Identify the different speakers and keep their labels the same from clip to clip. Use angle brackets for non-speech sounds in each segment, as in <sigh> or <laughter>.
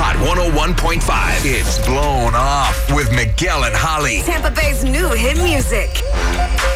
Speaker 1: Hot 101.5. It's blown off with Miguel and Holly.
Speaker 2: Tampa Bay's new hit music.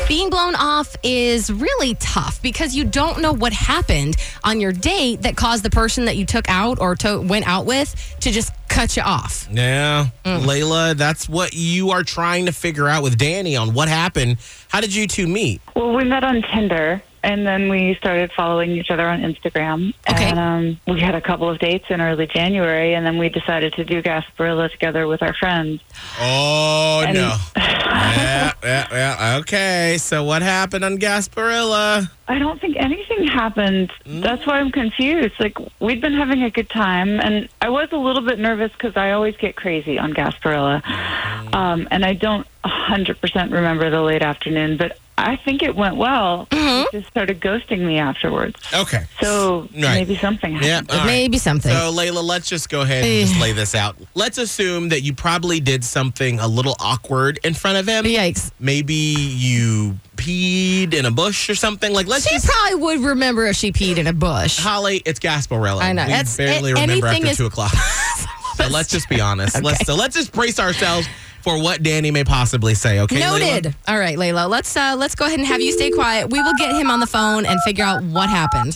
Speaker 3: Being blown off is really tough because you don't know what happened on your date that caused the person that you took out or to- went out with to just cut you off.
Speaker 4: Yeah.
Speaker 3: Mm.
Speaker 4: Layla, that's what you are trying to figure out with Danny on what happened. How did you two meet?
Speaker 5: Well, we met on Tinder, and then we started following each other on Instagram.
Speaker 3: Okay.
Speaker 5: And um, we had a couple of dates in early January, and then we decided to do Gasparilla together with our friends.
Speaker 4: Oh,
Speaker 3: <sighs>
Speaker 4: no. yeah, yeah, yeah. Okay. So what happened on Gasparilla?
Speaker 5: I don't think anything happened.
Speaker 4: Mm.
Speaker 5: That's why I'm confused. Like, we'd been having a good time, and I was a little bit nervous because I always get crazy on Gasparilla.
Speaker 4: Mm.
Speaker 5: Um, and I don't 100% remember the late afternoon, but I think it went well.
Speaker 4: Mm-hmm.
Speaker 5: He just started ghosting me afterwards.
Speaker 4: Okay.
Speaker 5: So
Speaker 4: Right.
Speaker 5: maybe something happened.
Speaker 4: Yeah. all right.
Speaker 3: Maybe something.
Speaker 4: So, Layla, let's just go ahead and just lay this out. Let's assume that you probably did something a little awkward in front of him.
Speaker 3: Yikes.
Speaker 4: Maybe you peed in a bush or something. Like, let's
Speaker 3: She
Speaker 4: just.
Speaker 3: probably would remember if she peed in a bush.
Speaker 4: Holly, it's Gasparilla.
Speaker 3: I know.
Speaker 4: We
Speaker 3: That's-
Speaker 4: barely
Speaker 3: a-
Speaker 4: remember
Speaker 3: anything
Speaker 4: after
Speaker 3: is- <laughs>
Speaker 4: two o'clock. <laughs> so let's just be honest. Let's so let's just brace ourselves for what Danny may possibly say. Okay, Layla?
Speaker 3: Noted. All right, Layla. Let's uh, let's go ahead and have you stay quiet. We will get him on the phone and figure out what happened.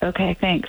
Speaker 5: Okay, thanks.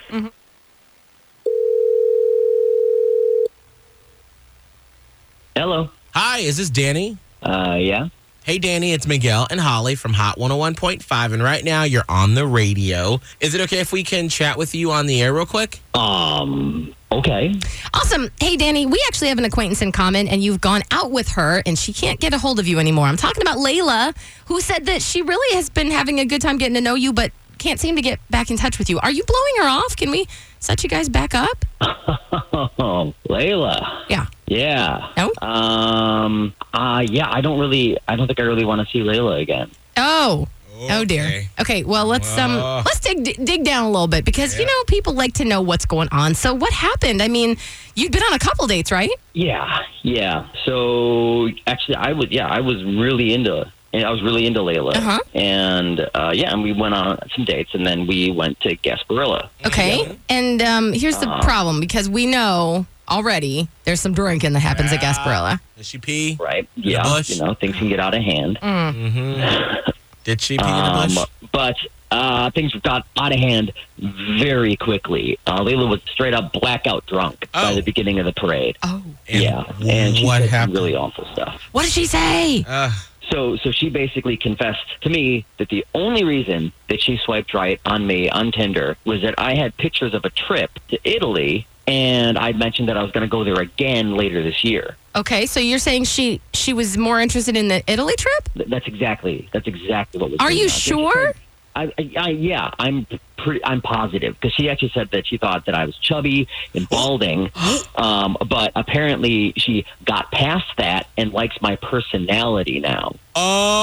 Speaker 6: Hello.
Speaker 4: Hi, is this Danny?
Speaker 6: Uh, yeah.
Speaker 4: Hey, Danny, it's Miguel and Holly from Hot 101.5, and right now you're on the radio. Is it okay if we can chat with you on the air real quick?
Speaker 6: Um. Okay.
Speaker 3: Awesome. Hey, Danny, we actually have an acquaintance in common, and you've gone out with her, and she can't get a hold of you anymore. I'm talking about Layla, who said that she really has been having a good time getting to know you, but can't seem to get back in touch with you. Are you blowing her off? Can we set you guys back up?
Speaker 6: Oh, Layla.
Speaker 3: Yeah.
Speaker 6: Yeah.
Speaker 3: No?
Speaker 6: Um. Uh. Yeah. I don't really. I don't think I really want to see Layla again.
Speaker 3: Oh. Oh dear.
Speaker 4: Okay.
Speaker 3: Okay. Well, let's um
Speaker 4: Well.
Speaker 3: let's dig dig down a little bit because you know people like to know what's going on. So what happened? I mean, you've been on a couple dates, right?
Speaker 6: Yeah. Yeah. So actually, I was. Yeah. I was really into. And I was really into Layla.
Speaker 3: Uh-huh.
Speaker 6: And uh, yeah, and we went on some dates, and then we went to Gasparilla.
Speaker 3: Okay. And um, here's the problem because we know already there's some drinking that happens at Gasparilla.
Speaker 4: Did she pee?
Speaker 6: Right.
Speaker 4: the
Speaker 6: Yeah.
Speaker 4: bush?
Speaker 6: You know, things can get out of hand.
Speaker 4: Mm-hmm. Did she pee in a
Speaker 6: Um,
Speaker 4: bush?
Speaker 6: but uh, things got out of hand very quickly. Uh, Layla was straight up blackout drunk by
Speaker 4: Oh.
Speaker 6: the beginning of the parade.
Speaker 3: Oh.
Speaker 4: And
Speaker 6: yeah, and she
Speaker 4: what
Speaker 6: said some
Speaker 4: happened?
Speaker 6: really awful stuff.
Speaker 3: What did she say?
Speaker 4: Uh,
Speaker 6: So, so she basically confessed to me that the only reason that she swiped right on me on Tinder was that I had pictures of a trip to Italy, and I mentioned that I was going to go there again later this year.
Speaker 3: Okay. So you're saying she she was more interested in the Italy trip?
Speaker 6: Th- That's exactly that's exactly what was.
Speaker 3: Are
Speaker 6: going
Speaker 3: you
Speaker 6: on. So she
Speaker 3: sure?
Speaker 6: said- I, I, I yeah, I'm pretty, I'm positive because she actually said that she thought that I was chubby and
Speaker 3: <gasps>
Speaker 6: balding, um, but apparently she got past that and likes my personality now.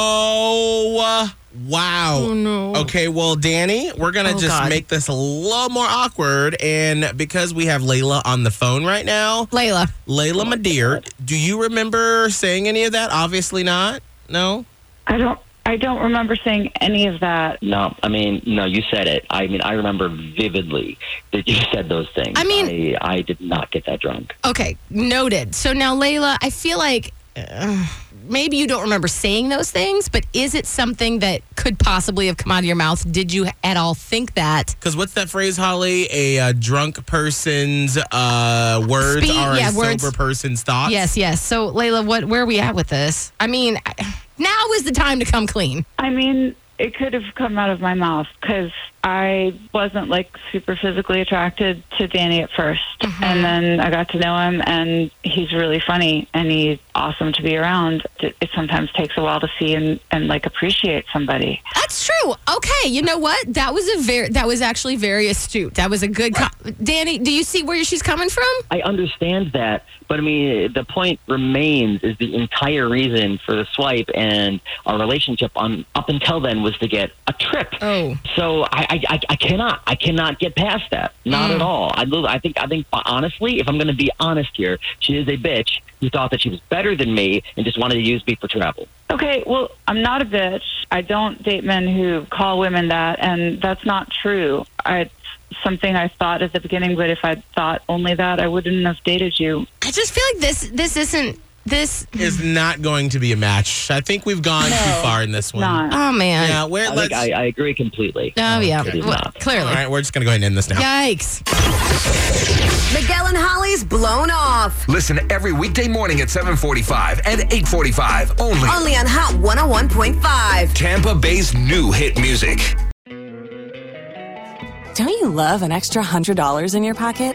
Speaker 4: oh, uh, wow.
Speaker 3: Oh, no.
Speaker 4: Okay, well, Danny, we're going to
Speaker 3: Oh,
Speaker 4: just
Speaker 3: God.
Speaker 4: make this a little more awkward. And because we have Layla on the phone right now,
Speaker 3: Layla.
Speaker 6: Oh,
Speaker 4: Layla, my dear, do you remember saying any of that? Obviously not. No?
Speaker 5: I don't. I don't remember saying any of that.
Speaker 6: No, I mean no, you said it. I mean I remember vividly that you <laughs> said those things.
Speaker 3: I mean-
Speaker 6: I, I did not get that drunk.
Speaker 3: Okay. Noted. So now, Layla, I feel like. uh, Maybe you don't remember saying those things, but is it something that could possibly have come out of your mouth? Did you at all think that?
Speaker 4: Because what's that phrase, Holly? A uh, drunk person's uh, words
Speaker 3: Speak-
Speaker 4: are
Speaker 3: yeah,
Speaker 4: a
Speaker 3: words.
Speaker 4: sober person's thoughts.
Speaker 3: Yes, yes. So, Layla, what where are we at with this? I mean, I- now is the time to come clean.
Speaker 5: I mean, it could have come out of my mouth because I wasn't like super physically attracted to Danny at 1st and then I got to know him, and he's really funny and he's awesome to be around. It, it sometimes takes a while to see and, and like appreciate somebody.
Speaker 3: That's true. Okay, you know what? That was a very that was actually very astute. That was a good co- Danny, do you see where she's coming from?
Speaker 6: I understand that, but I mean, the point remains is the entire reason for the swipe and our relationship on up until then was to get a trip.
Speaker 3: Oh.
Speaker 6: So I, I, I, I cannot, I cannot get past that. Not at all. I, li- I think, I think honestly, if I'm going to be honest here, she is a bitch who thought that she was better than me and just wanted to use me for travel.
Speaker 5: Okay, well, I'm not a bitch. I don't date men who call women that, and that's not true. I, it's something I thought at the beginning, but if I thought only that, I wouldn't have dated you.
Speaker 3: I just feel like this this isn't this
Speaker 4: Is not going to be a match. I think we've gone too far in this one.
Speaker 5: Not.
Speaker 3: Oh man.
Speaker 4: Yeah, we're
Speaker 6: I
Speaker 4: let's,
Speaker 6: think I, I agree completely.
Speaker 3: Oh yeah.
Speaker 6: Okay.
Speaker 3: Well,
Speaker 4: all
Speaker 3: clearly.
Speaker 4: right, we're just gonna go ahead and end this now.
Speaker 3: Yikes.
Speaker 2: Miguel and Holly's blown off.
Speaker 1: Listen every weekday morning at 745 and 845 only.
Speaker 2: Only on Hot 101.5.
Speaker 1: Tampa Bay's new hit music.
Speaker 7: Don't you love an extra $100 in your pocket?